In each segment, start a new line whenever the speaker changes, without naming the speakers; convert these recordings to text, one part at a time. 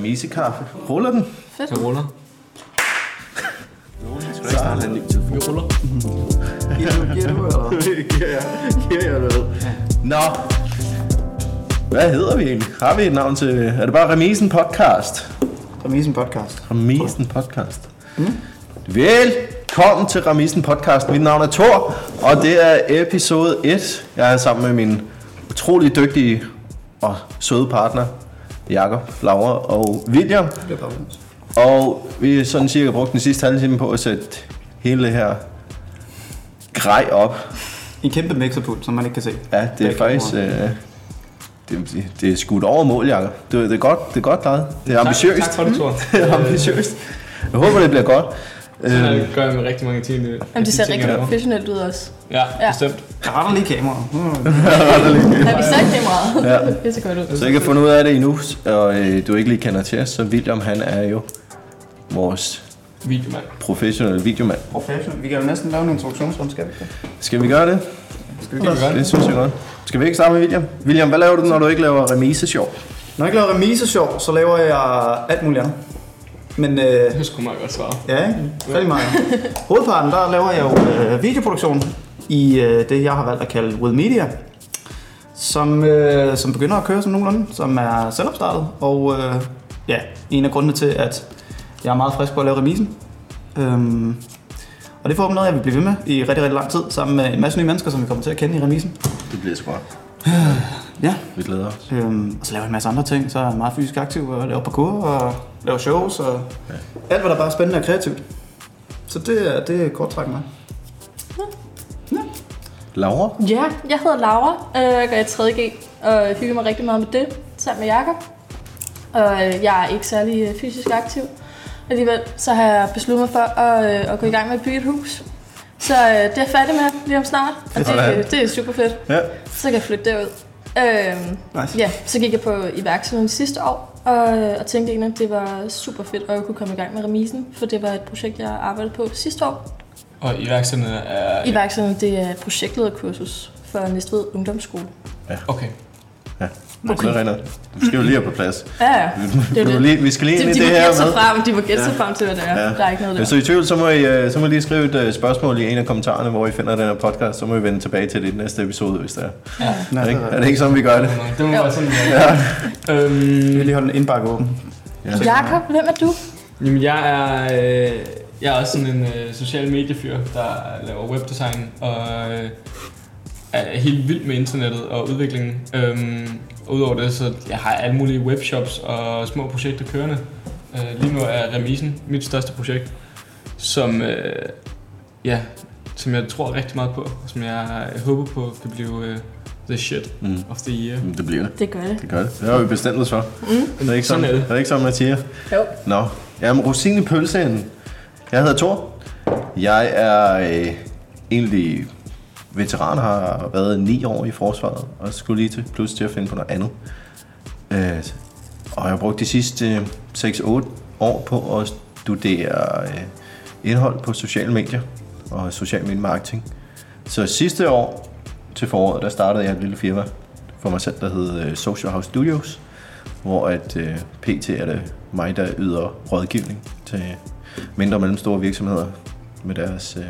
remisekaffe. Ruller den?
Så ruller.
Skal du ikke snart have en ny telefon?
Vi ruller.
Giver du, giver du, eller hvad?
giver jeg, giver jeg noget. Nå. Hvad hedder vi egentlig? Har vi et navn til... Er det bare Remisen Podcast?
Remisen podcast.
Ramisen Podcast. Mm. Velkommen til Ramisen Podcast. Mit navn er Thor, og det er episode 1. Jeg er sammen med min utrolig dygtige og søde partner, Jakob, Laura og William.
Det er bare ondt.
Og vi har sådan cirka brugt den sidste halve time på at sætte hele det her grej op.
En kæmpe mixerpult, som man ikke kan se.
Ja, det er
Begge
faktisk...
ord.
Øh, det, det, er skudt over mål, Jacob. Det, det er godt, det er godt klaret. Det er ambitiøst.
Tak, tak for det, Thor.
det er ambitiøst. Jeg håber, det bliver godt. Øh,
Det gør jeg med rigtig mange ting.
Jamen, det ser rigtig
fedt.
professionelt ud også.
Ja,
Ja.
bestemt.
Jeg retter lige kameraet. Mm.
Har vi sat kameraet?
Ja.
Det ser godt ud.
så jeg ikke har fundet ud af det endnu, og øh, du ikke lige kender til os, så William han er jo vores
Videomand.
professionelle videomand.
Professionel. Vi kan jo næsten lave en introduktionsrunde, skal vi ikke det?
Skal vi gøre det?
Skal vi
Det
gøre
kan vi godt.
Det synes jeg godt. Skal vi ikke starte med William? William, hvad laver du, når du ikke laver remise-sjov?
Når jeg ikke laver remiseshow, så laver jeg alt muligt andet. Men øh,
Det skulle meget godt svare.
ja, ikke? rigtig meget. Hovedparten, der laver jeg jo øh, videoproduktion i øh, det, jeg har valgt at kalde With Media. Som, øh, som begynder at køre som nogenlunde, som er selvopstartet. Og øh, ja, en af grundene til, at jeg er meget frisk på at lave remisen. Øhm, og det er forhåbentlig noget, jeg vil blive ved med i rigtig, rigtig lang tid, sammen med en masse nye mennesker, som vi kommer til at kende i remisen.
Det bliver så godt.
Ja,
Vi glæder os.
Øhm, og så laver jeg en masse andre ting, så er jeg meget fysisk aktiv og laver parkour og laver shows og ja. alt, hvad der bare er spændende og kreativt. Så det er, det er kort træk mig.
Laura?
Ja, jeg hedder Laura, øh, jeg går i 3.G og hygger mig rigtig meget med det, sammen med Jakob. Og øh, jeg er ikke særlig øh, fysisk aktiv. Alligevel så har jeg besluttet mig for at, øh, at gå i gang med at bygge et hus. Så øh, det er jeg færdig med lige om snart, og det,
Sådan.
øh, det er super fedt.
Ja.
Så kan jeg flytte derud. Øh,
Nice.
Ja, så gik jeg på iværksætteren sidste år, og, øh, og tænkte egentlig, at det var super fedt, at jeg kunne komme i gang med remisen, for det var et projekt, jeg arbejdede på sidste år.
Og iværksætterne er...
Iværksætteren, det er et projektlederkursus for Næstved Ungdomsskole.
Okay.
Okay. Så Renat, du skal jo lige have på plads.
Ja, ja. Det er
Du
jo
er
det.
lige, vi skal lige
De,
ind i
de
det
må
her
gætte sig
med.
frem, de må gætte sig frem til, hvad det er.
Ja.
Der er ikke noget der.
Hvis du er i tvivl, så må, I, øh, så må I lige skrive et øh, spørgsmål i en af kommentarerne, hvor I finder den her podcast. Så må vi vende tilbage til det i næste episode, hvis det er.
Ja.
Nej,
Er det ikke,
det
er det ikke sådan, vi gør det?
Det må
Jo.
være sådan, det er.
Vi
Øhm,
vil lige holde en indbakke åben.
Ja.
Jakob, hvem er du?
Jamen, jeg er, øh, jeg er også sådan en øh, social mediefyr, der laver webdesign og øh, er helt vild med internettet og udviklingen. Øhm, Udover det, så jeg har alle mulige webshops og små projekter kørende. Øh, lige nu er Remisen mit største projekt, som, øh, ja, som jeg tror rigtig meget på, og som jeg øh, håber på kan blive øh, the shit
Mm.
of the year.
Jamen, Det bliver det.
Det gør det.
Det gør det. Det har vi bestemt os for. Mm. Er det ikke sådan,
Sådan er det.
er det ikke sådan, man siger?
Jo.
Nå. Jamen, rosin i pølseenden. Jeg hedder Thor. Jeg er øh, egentlig veteran, har været ni år i forsvaret, og skulle lige til, plus til at finde på noget andet. Øh, og jeg har brugt de sidste øh, 6-8 år på at studere øh, indhold på sociale medier og social media marketing. Så sidste år til foråret, der startede jeg et lille firma for mig selv, der hed øh, Social House Studios, hvor at øh, PT er det mig, der yder rådgivning til mindre og mellemstore virksomheder med deres, øh,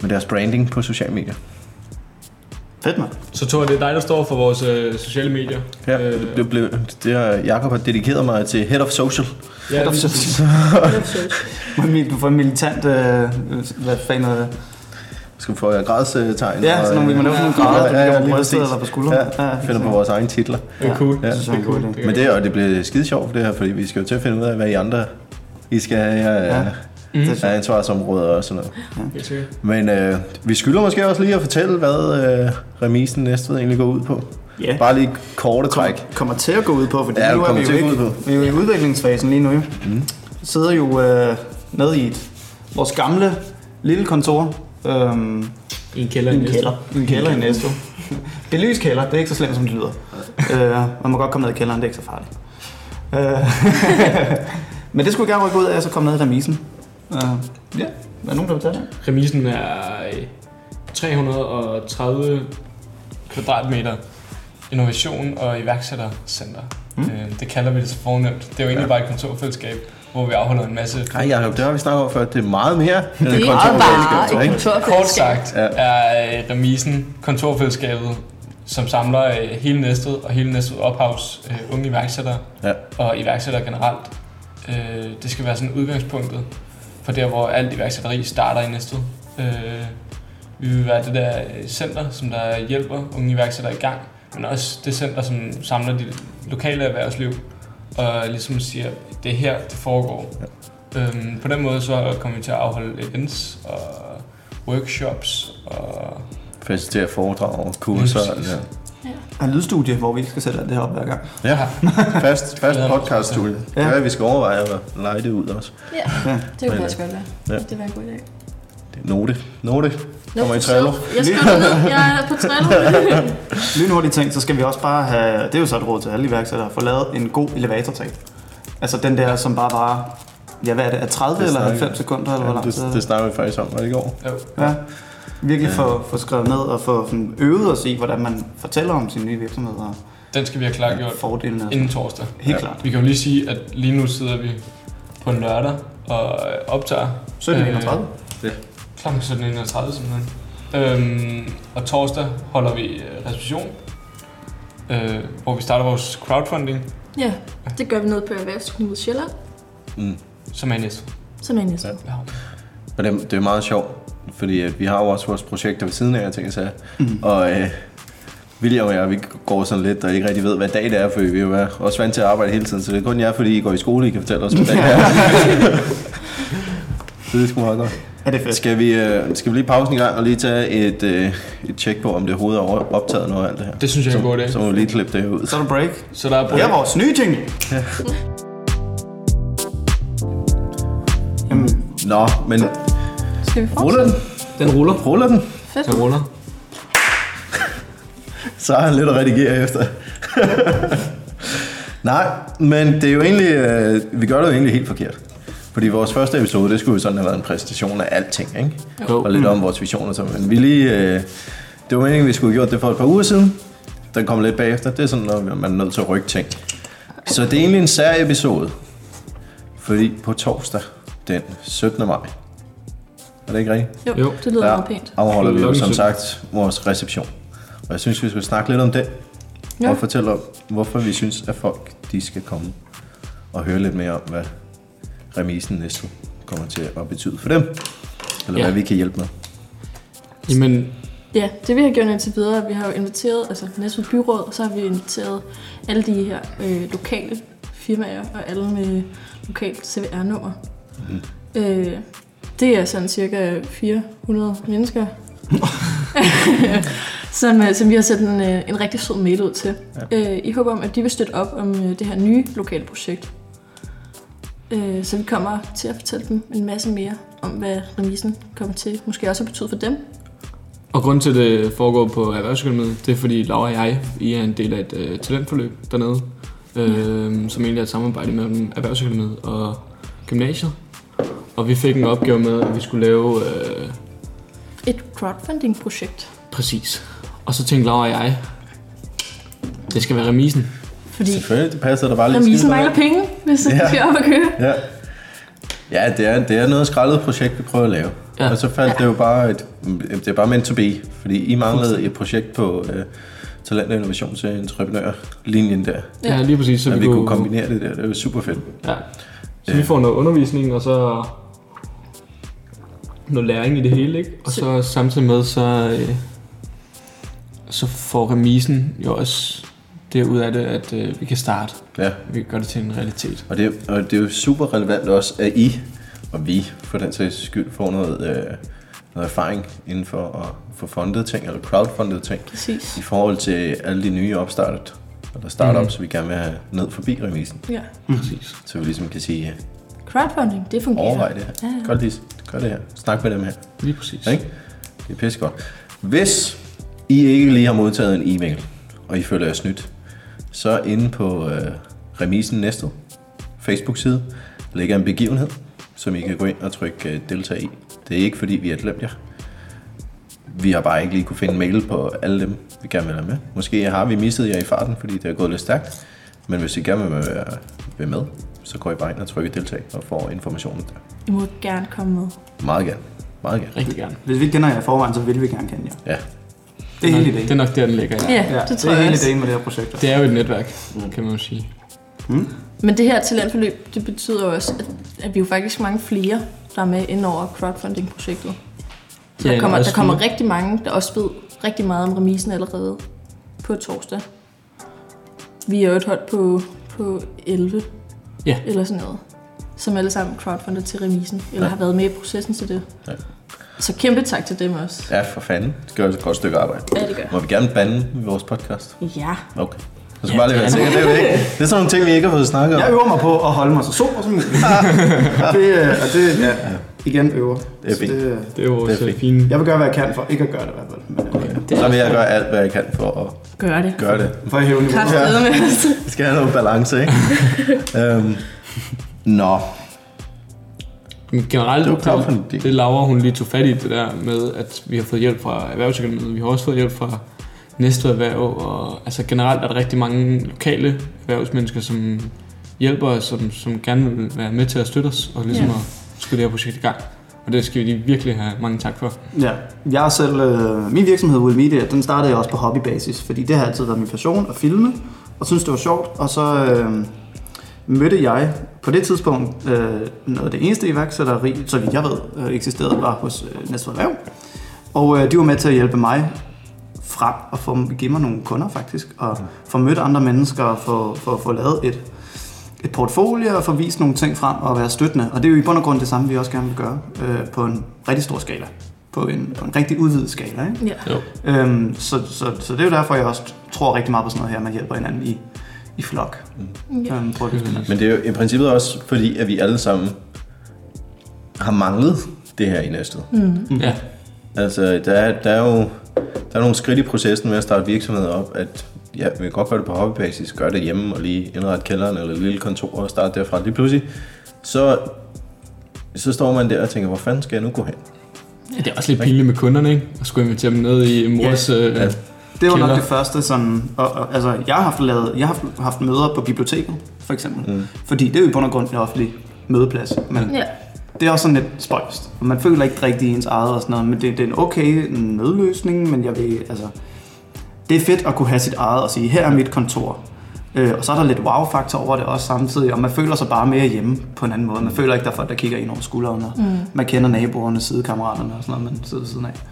med deres branding på sociale medier.
Fedt, mand.
Så Thor, det er dig, der står for vores øh, sociale medier.
Ja,
Øh.
det, det blev, det er, Jacob har dedikeret mig til Head of Social.
ja,
Fedt,
lige-
fedt. Du får en militant, øh, øh, hvad fanden er det?
Skal få jeg gradstegn? øh,
Ja, sådan nogle, vi må lave sådan nogle grader, der ligger på brystet eller på skulderen.
Ja, ja, finder på vores egne titler.
Det er cool.
Ja.
Det
synes jeg er en
er
god
cool.
idé.
Men det, og det bliver skide sjovt, det her, fordi vi skal jo til at finde ud af, hvad I andre I skal have ja,
Ja. Mm.
ja.
Det synes
ansvarsområder og sådan noget.
Helt sikkert.
Men øh, vi skylder måske også lige at fortælle, hvad øh, remisen næste egentlig går ud på.
Ja.
Bare lige korte træk.
Kom, kommer til at gå ud på, fordi
Ja,
ja,
det
nu er
kommer
vi jo,
til at
ikke,
gå ud på.
vi er jo i udviklingsfasen lige nu. Jo. Mm. Sidder jo øh, nede i et, vores gamle lille kontor. Øhm,
I en kælder.
I
i
en
Næstved.
kælder. I en kælder i Næsto. Belys kælder, det er ikke så slemt, som det lyder. Øh, man må godt komme ned i kælderen, det er ikke så farligt. Øh, men det skulle jeg gerne rykke ud af, og så komme ned i remisen. Øh, ja, er der nogen, der vil tage det?
Remisen er øh, 330 kvadratmeter innovation og iværksættercenter. Mm. Øh, det kalder vi det så fornemt. Det er jo egentlig ja. bare et kontorfællesskab, hvor vi afholder en masse...
Nej, Jacob, det har vi snakket om før. Det er meget mere end
Det er
et
ikke bare
kontorfællesskab,
et
ikke?
Kort
kontorfællesskab.
sagt
Ja.
ja. er øh, remisen kontorfællesskabet, som samler øh, hele Næstved og hele Næstved Ophavs øh, unge iværksættere
Ja.
og iværksættere generelt. Øh, det skal være sådan udgangspunktet for der, hvor alt iværksætteri starter i Næstved. Øh, vi vil være det der øh, center, som der hjælper unge iværksættere i gang, men også det center, som samler det lokale erhvervsliv og ligesom siger, det er her, det foregår. Øhm, på den måde så kommer vi til at afholde events og workshops og
Facilitere foredrag og kurser.
Lige præcis.
Ja.
Der er en lydstudie, hvor vi skal sætte alt det her op hver gang.
Ja, fast, fast
Glæder mig
podcaststudie.
Ja.
Ja. ja, vi skal overveje at lege det ud også.
Ja,
Ja.
det kunne
Men,
jeg også godt være.
ja.
Det var en god idé.
Det er Note. Note. Kommer i
Nå,
Trello.
Jeg skriver det ned. Jeg er på Trello.
Lynhurtige ting, så skal vi også bare have, det er jo så et råd til alle iværksættere, få lavet en god elevatortag. Altså den der, som bare var, ja hvad er det, er 30
Det
det eller
snakker-
90 sekunder, eller hvor
Ja,
langt
det, det snakkede vi faktisk om, var det i går?
jo,
Ja, virkelig få, få skrevet ned og få sådan øvet os i, hvordan man fortæller om sin nye virksomhed og
den skal vi have klargjort
fordelene. og sådan.
inden torsdag.
Helt
Ja.
klart.
Vi kan jo lige sige, at lige nu sidder vi på en lørdag og øh, optager
Øh, 1731.
kl. 17.31 simpelthen. Øhm, og torsdag holder vi øh, reception, øh, hvor vi starter vores crowdfunding,
Ja, det gør vi ned på Erhvervsskolen i Sjælland.
Mm.
som er i næste.
Som er næste.
Ja.
Men det, det er meget sjovt, fordi at vi har jo også vores projekter ved siden af, jeg tænker sig. Mm. Og øh, William og jeg, vi går sådan lidt og ikke rigtig ved, hvad dag det er, for vi er jo også vant til at arbejde hele tiden, så det er kun jer, fordi I går i skole, I kan fortælle os, hvad dag det er. så det er sgu meget godt.
Er det fedt?
Skal vi, øh, skal vi lige pausen i gang og lige tage et, øh, et tjek på, om det overhovedet er over- optaget noget af alt det her?
Det synes jeg er en god
Så
idé.
må vi lige klippe det her ud.
Så er der break.
Så der er
Det
både...
er vores nye ting. Jamen,
Nå, men
Skal vi
ruller den?
fortsætte?
Den ruller.
Ruller den?
Fedt.
Den ruller.
Så har han lidt at redigere efter. Nej, men det er jo egentlig, øh, vi gør det jo egentlig helt forkert. Fordi vores første episode, det skulle jo sådan have været en præsentation af alting, ikke?
Jo.
Og lidt om vores visioner. og sådan. Men vi lige, øh, det var meningen, vi skulle have gjort det for et par uger siden. Den kom lidt bagefter. Det er sådan, når man er nødt til at rykke ting. Så det er egentlig en sær episode. Fordi på torsdag, den 17. maj, er det ikke rigtigt?
Jo,
Jo.
det lyder
der
meget pænt.
afholder vi jo
Klokken
som
17.
sagt vores reception. Og jeg synes, vi skal snakke lidt om det. Ja.
Ja.
Og fortælle om, hvorfor vi synes, at folk de skal komme og høre lidt mere om, hvad remisen næste kommer til at betyde for dem. Eller ja.
Ja.
hvad vi kan hjælpe med.
Jamen,
Ja, det vi har gjort indtil videre, er, at vi har jo inviteret, altså Næstved Byråd, og så har vi inviteret alle de her øh, lokale firmaer og alle med lokalt CVR-nummer. Mm. Øh, det er sådan cirka 400 mennesker, som, øh, som vi har sendt en, øh, en rigtig sød mail ud til. Ja. Øh, I håber om, at de vil støtte op om øh, det her nye lokale projekt. Øh, så vi kommer til at fortælle dem en masse mere om, hvad remisen kommer til. Måske også at betyde for dem,
og grund til, at det foregår på Erhvervsakademiet, det er fordi Laura og jeg, I er en del af et øh, talentforløb dernede, øh, som egentlig er et samarbejde mellem Erhvervsakademiet og gymnasiet. Og vi fik en opgave med, at vi skulle lave øh,
Et crowdfunding-projekt.
Præcis. Og så tænkte Laura og jeg, det skal være remisen.
Fordi
Selvfølgelig, det passer der bare lidt
remisen
skidt
mangler penge, hvis det
Ja.
skal op og køre.
Ja. Ja, det er, det er noget skrællet projekt, vi prøver at lave. Ja.
Ja.
Og så faldt ja. det jo bare, et, det er bare meant to be, fordi I manglede et projekt på øh, talent- og innovation til entreprenør-linjen der.
Ja.
Ja, ja lige præcis. Så
Så vi kunne kombinere det der, det var super fedt.
Ja. Så vi får noget undervisning, og så noget læring i det hele, ikke? Og så samtidig med, så, øh, så får remisen jo også det ud af det, at øh, vi kan starte.
Ja.
Vi gør det til en realitet.
Og det, og det er jo super relevant også, at I og vi for den sags skyld får noget, øh, noget erfaring inden for at få fundet ting, eller crowdfundet ting,
Præcis.
i forhold til alle de nye opstartet, eller startups, mm. vi gerne vil have ned forbi remisen,
Ja.
Præcis.
så vi ligesom kan sige, øh,
Crowdfunding, det fungerer.
overvej det her,
Ja, ja.
gør, det, gør det her, snak med dem her,
Lige præcis.
ikke? Det er pissegodt. Hvis I ikke lige har modtaget en e-mail, og I føler jer snydt, så inde på øh, Remisen Næstved Facebook-side ligger en begivenhed, som I kan gå ind og trykke øh, deltag i. Det er ikke fordi, vi har glemt jer. Vi har bare ikke lige kunne finde mail på alle dem, vi gerne vil have med. Måske har vi misset jer i farten, fordi det er gået lidt stærkt. Men hvis I gerne vil være- vil med, så går I bare ind og trykker deltag og får informationen der.
I må gerne komme med.
Meget gerne. Meget gerne.
Rigtig gerne.
Hvis vi ikke kender jer i forvejen, så vil vi gerne kende jer.
Ja.
Det er hele
nok-
ideen.
Det er nok der, den ligger. Ja.
Ja,
Ja,
ja det tror
det er
jeg
hele
også.
ideen med det her projekt.
Det er jo et netværk,
Mm.
kan man jo sige.
Men det her talentforløb, det betyder jo også, at, at vi er jo faktisk mange flere, der er med ind over crowdfunding-projektet. Så
Ja,
der, kommer,
og
der kommer
sådan-
rigtig mange, der også ved rigtig meget om remisen allerede på torsdag. Vi er jo et hold på, på 11
Ja.
eller sådan noget, som alle sammen crowdfunder til remisen, eller
Ja.
har været med i processen til det.
Ja.
Så kæmpe tak til dem også.
Ja, for fanden. Det gør et godt stykke arbejde.
Ja, det gør.
Må vi gerne bande i vores podcast?
Ja.
Okay. Det skal bare lige være sikker. Det er, jo ikke. det er sådan nogle ting, vi ikke har fået snakket om.
Jeg øver mig på at holde mig så sober som muligt. det, øh, og det ja, igen øver.
Det er
Så
fint.
det, øh,
Det er
Det
jo
er
også
fint.
fint.
jeg vil gøre, hvad jeg kan for ikke at gøre det i hvert fald. Men, øh, okay.
Så vil jeg gøre alt, hvad jeg kan for at
Gør det.
gøre det.
For at hæve niveauet.
Kraft med os.
Vi skal have noget balance, ikke? øhm, nå.
Men generelt,
Det var crowdfunding.
det, det Laura, hun lige tog fat i, det der med, at vi har fået hjælp fra Erhvervsakademiet, vi har også fået hjælp fra Næste Erhverv, og altså generelt er der rigtig mange lokale erhvervsmennesker, som hjælper os, som, som gerne vil være med til at støtte os, og ligesom
Ja.
at skudde det her projekt i gang. Og det skal vi lige virkelig have mange tak for.
Ja, jeg er selv, øh, min virksomhed Will Media, den startede jeg også på hobbybasis, fordi det har altid været min passion at filme, og synes det var sjovt, og så øh, mødte jeg på det tidspunkt øh, noget af det eneste iværksætteri, så vidt jeg ved, øh, eksisterede var hos øh, Næstved Erhverv, og øh, de var med til at hjælpe mig frem og få, give mig nogle kunder faktisk, og få mødt andre mennesker og få, få, få lavet et, et portfolio og få vist nogle ting frem og være støttende. Og det er jo i bund og grund det samme, vi også gerne vil gøre øh, på en rigtig stor skala. På en, på en rigtig udvidet skala. Ikke?
Ja.
Jo.
Øhm, så, så, så det er jo derfor, jeg også tror rigtig meget på sådan noget her, at man hjælper hinanden i, i flok.
Ja.
Øhm, prøv at løfte hinanden.
Men det er jo i princippet også fordi, at vi alle sammen har manglet det her i næstet.
Ja,
Altså, der, er- der er jo der er nogle skridt i processen med at starte virksomheder op, at ja, vi kan godt gøre det på hobbybasis, gøre det hjemme og lige indrette kælderen eller et lille kontor og starte derfra. Lige pludselig, så, så står man der og tænker, hvor fanden skal jeg nu gå hen?
det er også lidt pinligt med kunderne, ikke? At skulle invitere dem ned i mors... Ja. Øh,
Ja.
Det var nok
Killer.
det første, sådan, og, og, altså, jeg har haft, lavet, jeg har haft, haft møder på biblioteket, for eksempel. Mm. Fordi det er jo i bund og grund en offentlig mødeplads. Men
ja.
det er også sådan lidt spøjst. Og Man føler ikke rigtig ens eget og sådan noget, men det, det er en okay nødløsning, men jeg vil, altså, det er fedt at kunne have sit eget og sige, her er mit kontor. Øh, og så er der lidt wow-faktor over det også samtidig, og man føler sig bare mere hjemme på en anden måde. Man føler ikke, der er folk, der kigger ind over skulderen, og mm. man kender naboerne, sidekammeraterne og sådan noget, man sidder ved siden af.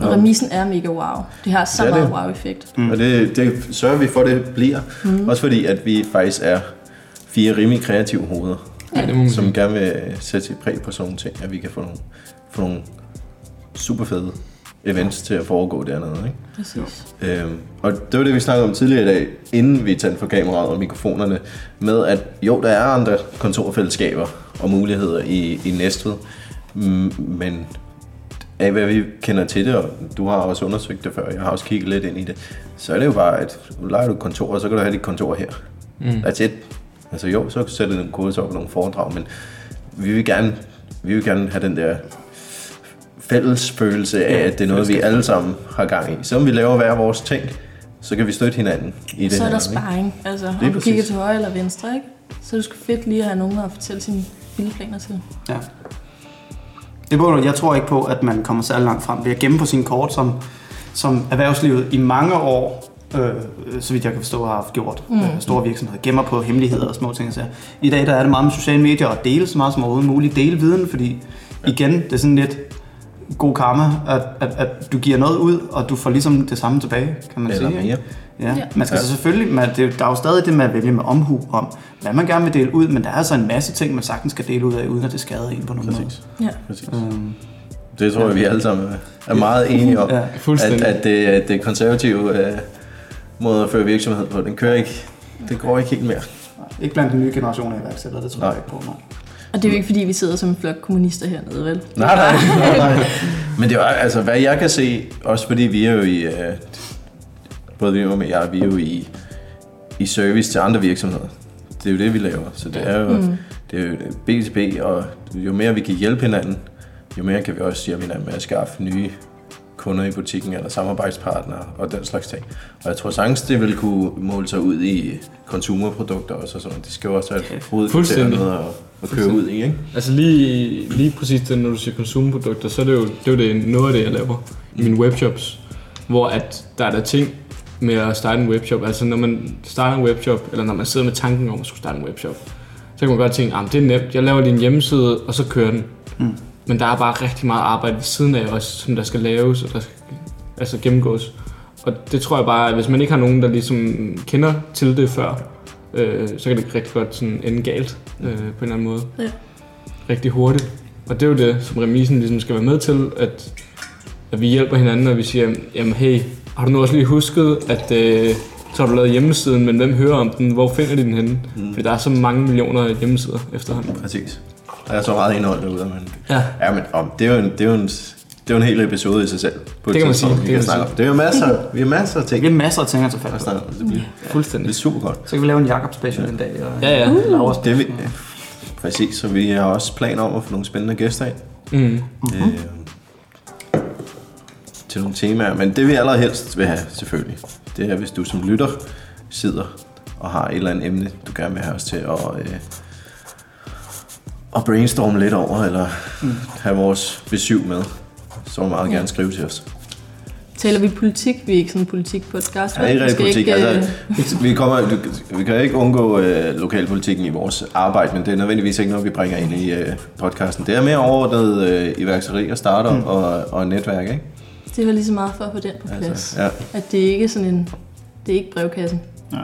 Og remisen er mega wow. Det har så
Det er
meget
det.
wow-effekt.
Mm. Og det, det sørger vi for, det bliver. Mm. Også fordi, at vi faktisk er fire rimelig kreative hoveder,
ja, det må man sige.
som gerne vil sætte sit præg på sådan nogle ting, at vi kan få nogle, få nogle super fede events til at foregå dernede. Ikke?
Præcis.
Øhm, og det var det, vi snakkede om tidligere i dag, inden vi tændte for kameraet og mikrofonerne, med at jo, der er andre kontorfællesskaber og muligheder i, i Næstved, mm, men af hvad vi kender til det, og du har også undersøgt det før, jeg har også kigget lidt ind i det, så er det jo bare, at nu leger du et kontor, og så kan du have dit kontor her. Mm. That's it. Altså jo, så sætter du nogle kodes op og nogle foredrag, men vi vil gerne, vi vil gerne have den der fælles følelse af, at det er noget, vi alle sammen har gang i. Selvom vi laver hver vores ting, så kan vi støtte hinanden i det
Så er
her.
der
ikke?
sparring. Altså, om
Lige
du
præcis.
kigger til højre eller venstre, ikke? Så er det sgu fedt lige at have nogen at fortælle sine vilde planer til.
Ja. Det burde, jeg tror ikke på, at man kommer særlig langt frem ved at gemme på sine kort, som, som erhvervslivet i mange år, øh, øh, så vidt jeg kan forstå, har haft gjort. Mm. Øh, store virksomheder gemmer på hemmeligheder og små ting. og sager. I dag der er det meget med sociale medier og dele så meget som overhovedet muligt. Dele viden, fordi igen, det er sådan lidt god karma, at, at, at du giver noget ud, og du får ligesom det samme tilbage, kan man
Eller
sige. ikke?
mere.
Ja,
Ja.
man skal
Ja.
så selvfølgelig, man, det, er jo- der er jo stadig det med at vælge med omhu om, hvad man gerne vil dele ud, men der er altså en masse ting, man sagtens skal dele ud af, uden at det skader en på nogen måde.
Præcis.
Ja.
Præcis.
Øhm,
Det tror jeg, vi alle sammen er- er meget enige om.
ja.
at,
Fuldstændig.
at det, at det konservative øh, måde at føre virksomhed på, den kører ikke. Det går ikke helt mere.
Ikke blandt den nye generation af iværksættere, det tror jeg
Nej.
ikke på. Nej.
Og det er jo ikke, fordi vi sidder som en flok kommunister hernede, vel?
Nej, nej, nej, nej. Men det var altså, hvad jeg kan se, også fordi vi er jo i, øh, både vi og jeg, vi er jo i, i service til andre virksomheder. Det er jo det, vi laver. Så det er jo, mm. det er jo B2B, og jo mere vi kan hjælpe hinanden, jo mere kan vi også hjælpe hinanden med at skaffe nye kunder i butikken eller samarbejdspartnere og den slags ting. Og jeg tror sagtens, det vil kunne måle sig ud i konsumerprodukter også og sådan noget. Det skal jo også være et hovedkriterium
Fuldstændig.
at, at køre ud i, ikke?
Altså lige, lige præcis det, når du siger konsumprodukter, så er det jo, det er jo det, noget af det, jeg laver i mine webshops. Hvor at der er der ting med at starte en webshop. Altså når man starter en webshop, eller når man sidder med tanken om at skulle starte en webshop, så kan man godt tænke, at det er nemt, jeg laver lige en hjemmeside, og så kører den.
Mm.
Men der er bare rigtig meget arbejde ved siden af også, som der skal laves, og der skal altså gennemgås. Og det tror jeg bare, at hvis man ikke har nogen, der ligesom kender til det før, øh, så kan det rigtig godt sådan ende galt øh, på en eller anden måde
Ja.
rigtig hurtigt. Og det er jo det, som remisen ligesom skal være med til, at, at vi hjælper hinanden, og vi siger, jamen hey, har du nu også lige husket, at øh, så har du lavet hjemmesiden, men hvem hører om den? Hvor finder de den henne? Mm. Fordi der er så mange millioner hjemmesider efterhånden.
Præcis. Der er så meget indhold derude, men...
Ja,
Ja, men om, det er jo en, det er jo en, det er jo en hel episode i sig selv. På et
Det kan man
tidspunkt, Vi kan
sige, det kan man
snakke om. Det er jo masser, vi har masser af ting.
Vi har masser af ting at tage fat
at
på.
snakke om. Det bliver, det
fuldstændig.
bliver super godt.
Så kan vi lave en Jakob special en dag. Og
Ja, ja.
en Laura special.
Det er vi, præcis, så vi har også planer om at få nogle spændende gæster ind.
Mm.
Mm-hmm. Øh, til nogle temaer, men det vi allerhelst vil have, selvfølgelig, det er, hvis du som lytter sidder og har et eller andet emne, du gerne vil have os til at, øh, at brainstorme lidt over, eller mm. have vores besøg med, så må du meget gerne skrive til os.
Taler vi politik? Vi er ikke sådan en politikpodcast.
Ja, ikke
Vi
rigtig
skal
politik.
øh,
Altså, vi, kommer, du- vi kan ikke undgå øh, lokalpolitikken i vores arbejde, men det er nødvendigvis ikke noget, vi bringer ind i øh, podcasten. Det er mere overordnet øh, iværksætteri og starter mm. og, og netværk, ikke?
øh, Det var lige så meget for at få den på plads.
Altså, ja.
At det ikke er sådan en... Det er ikke brevkassen.
Nej,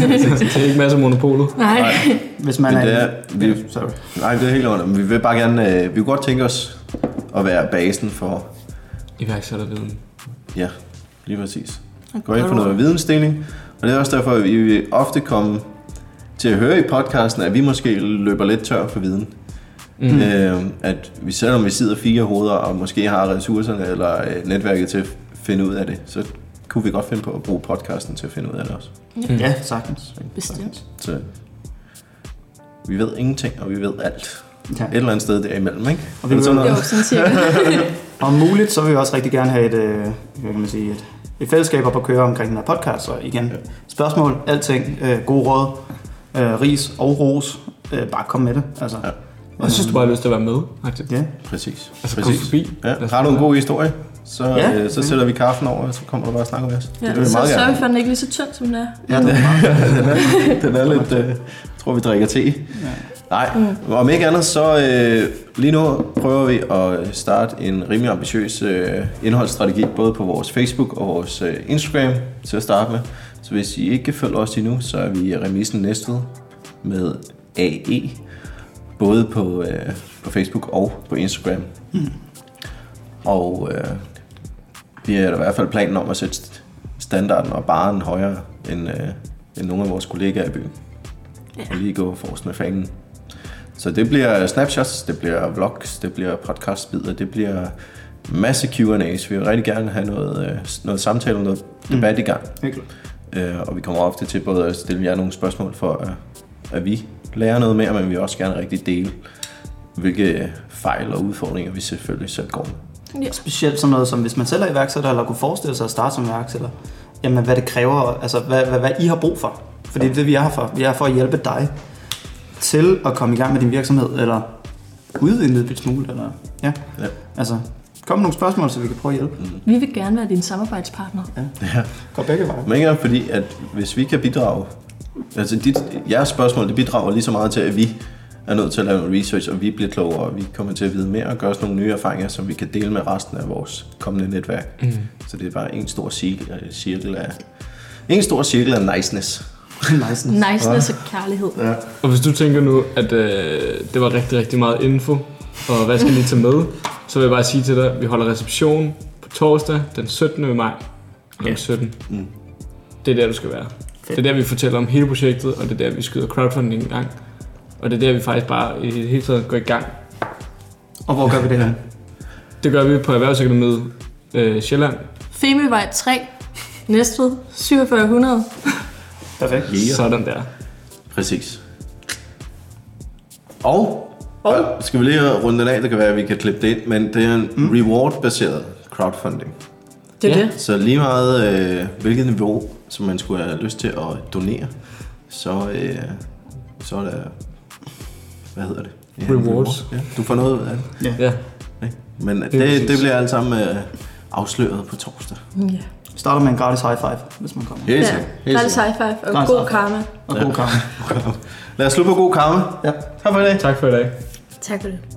Altså, Det er ikke masser af monopoler.
Nej.
Nej.
Hvis man
Men det
er...
er- vi-
Ja, sorry.
nej, det er helt ordentligt. Men vi vil bare gerne, øh, vi kunne godt tænke os at være basen for,
Iværksætterviden.
ja, lige præcis. Gå ind for noget vidensdeling, og det er også derfor, at vi vil ofte komme til at høre i podcasten, at vi måske løber lidt tør for viden.
Mm.
Øh, at vi, selvom vi sidder fire hoveder og måske har ressourcerne eller øh, netværket til at finde ud af det, så kunne vi godt finde på at bruge podcasten til at finde ud af det også.
Mm.
Ja, sagtens.
Bestemt.
Så vi ved ingenting, og vi ved alt.
Ja.
Et eller andet sted derimellem, ikke?
Og vi
Er det sådan
ved-
Jo,
noget?
sådan cirka.
Om muligt, så vil vi også rigtig gerne have et, øh, hvad kan man sige, et, et fællesskab op at køre omkring den her podcast. Så igen,
Ja.
spørgsmål, alting, øh, gode råd, øh, ris og ros. Øh, bare kom med det. Altså.
Ja.
Og så synes du bare, jeg har lyst til at være med. faktisk.
Ja,
Præcis.
Altså, kom
Præcis.
forbi.
Ja. Har du en god historie, så,
Ja.
ja. øh, så sætter vi kaffen over, og så kommer du bare og snakker med os.
Ja,
det vil vi
så
meget
sørger vi
gerne.
for, at den ikke er lige så tynd, som den er.
ja det er meget.
den, er, den er lidt... Øh, jeg tror, vi drikker te. Ja. Nej, mm. om ikke andet, så øh, lige nu prøver vi at starte en rimelig ambitiøs øh, indholdsstrategi, både på vores Facebook og vores øh, Instagram til at starte med. Så hvis I ikke følger os endnu, så er vi remisen næstved med AE, både på, øh, på Facebook og på Instagram. Mm. Og øh, vi er i hvert fald planen om at sætte st- standarden og baren højere end, øh, end nogle af vores kollegaer i byen. Ja. Og lige gå forrest med fanen. Så det bliver snapshots, det bliver vlogs, det bliver podcastbider, det bliver masse Q&A's. Vi vil rigtig gerne have noget, øh, noget samtale, noget debat i gang.
Helt klart.
Øh, og vi kommer ofte til både at stille jer nogle spørgsmål for, at, at vi lærer noget mere, men vi vil også gerne rigtig dele, hvilke fejl og udfordringer vi selvfølgelig selv går med.
Specielt sådan noget som, hvis man selv er iværksætter, eller kunne forestille sig at starte som iværksætter, jamen hvad det kræver, altså hvad, hvad, hvad I har brug for. Fordi det er det, vi er her for. Vi er her for at hjælpe dig til at komme i gang med din virksomhed, eller udvide en lille smule, eller ja.
Ja.
Altså, kom med nogle spørgsmål, så vi kan prøve at hjælpe.
Vi vil gerne være dine samarbejdspartnere.
Går begge veje.
Men ikke engang fordi, at hvis vi kan bidrage... Altså, dit, jeres spørgsmål det bidrager lige så meget til, at vi er nødt til at lave noget research, og vi bliver klogere, og vi kommer til at vide mere og gøre os nogle nye erfaringer, som vi kan dele med resten af vores kommende netværk. Mm. Så det er bare en stor cirkel, cirkel af... En stor cirkel af niceness.
nice.
Niceness og kærlighed.
Ja.
Og hvis du tænker nu, at øh, det var rigtig, rigtig meget info, og hvad skal jeg lige tage med, så vil jeg bare sige til dig, at vi holder reception på torsdag den 17. maj kl. 17.
Mm.
Det er der, du skal være. Det er der, vi fortæller om hele projektet, og det er der, vi skyder crowdfunding i gang. Og det er der, vi faktisk bare i det hele taget går i gang.
Og hvor gør vi det her?
Det gør vi på Erhvervsakademiet øh, Sjælland.
Femøvej 3, Næstved, 4700.
Perfekt.
Yeah.
Sådan der.
Præcis. Og, og skal vi lige runde den af, det kan være, at vi kan klippe det ind, men det er en mm. reward-baseret crowdfunding.
Det er
Ja.
ja. det.
Så lige meget øh, hvilket niveau, som man skulle have lyst til at donere, så, øh, så er der... Hvad hedder det?
Rewards.
Ja, du får noget ud af det.
Ja.
Ikke? Men det,
er præcis.
det, det bliver alt sammen øh, afsløret på torsdag.
ja.
Vi starter med en gratis high five, hvis man kommer.
Helt
Ja, altså. der er lidt high five og
Gratis
god
high five.
karma.
Og god kamp.
Lad os slutte på god karma.
Ja.
Tak for i dag.
Tak for i dag.
Tak for det.